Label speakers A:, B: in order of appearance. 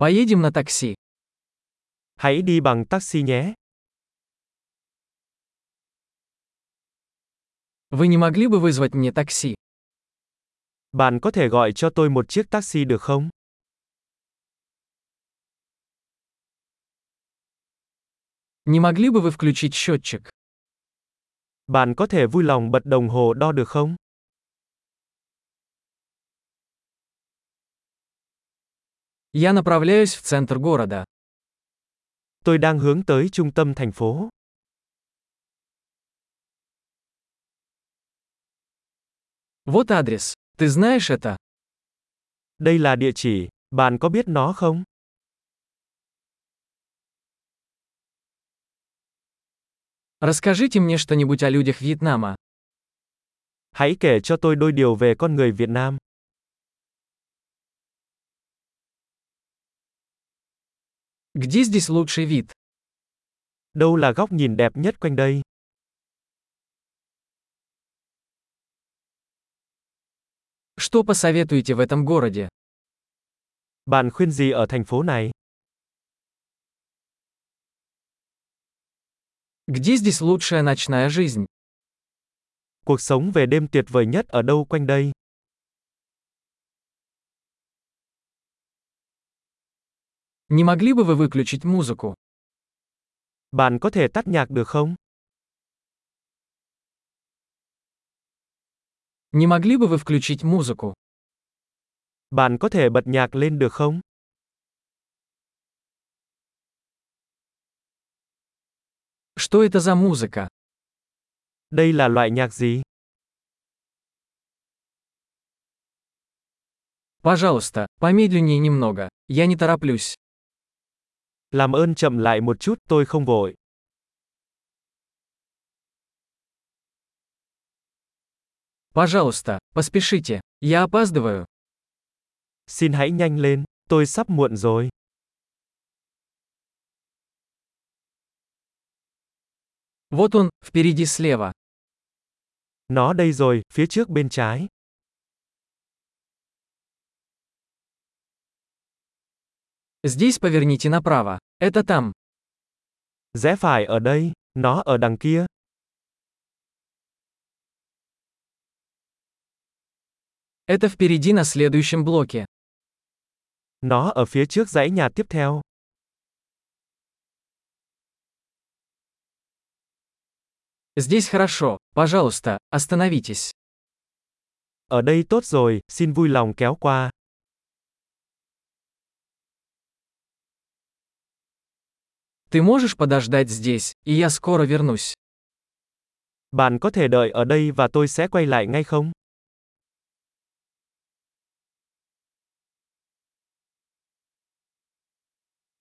A: Поедем на такси.
B: Hãy đi bằng taxi nhé.
A: Вы не могли бы вызвать мне такси?
B: Bạn có thể gọi cho tôi một chiếc taxi được không?
A: Не могли бы вы включить счетчик?
B: Bạn có thể vui lòng bật đồng hồ đo được không?
A: Я направляюсь в центр города.
B: Tôi đang hướng tới trung tâm thành phố.
A: Вот адрес. Ты знаешь это?
B: Đây là địa chỉ, bạn có biết nó không?
A: Расскажите мне что-нибудь о людях Вьетнама.
B: Hãy kể cho tôi đôi điều về con người Việt Nam.
A: Где здесь лучший вид?
B: Đâu là góc nhìn đẹp nhất quanh đây?
A: Что посоветуете в этом городе?
B: Bạn khuyên gì ở thành phố này?
A: Где здесь лучшая ночная жизнь?
B: Cuộc sống về đêm tuyệt vời nhất ở đâu quanh đây?
A: Не могли бы вы выключить музыку?
B: Bạn có thể tắt nhạc được không?
A: Не могли бы вы включить музыку?
B: Bạn có thể bật nhạc lên được không?
A: Что это за музыка?
B: Đây là loại nhạc gì?
A: Пожалуйста, помедленнее немного. Я не тороплюсь.
B: Làm ơn chậm lại một chút, tôi không vội.
A: Пожалуйста, поспешите. Я опаздываю.
B: Xin hãy nhanh lên, tôi sắp muộn rồi.
A: Вот он, впереди слева.
B: Nó đây rồi, phía trước bên trái.
A: Здесь поверните направо. Это там.
B: Rẽ phải ở đây, nó ở đằng kia.
A: Это впереди на следующем блоке.
B: Nó ở phía trước dãy nhà tiếp theo.
A: Здесь хорошо. Пожалуйста, остановитесь.
B: Ở đây tốt rồi, xin vui lòng kéo qua.
A: Ты можешь подождать здесь, и я скоро вернусь.
B: Bạn có thể đợi ở đây và tôi sẽ quay lại ngay không?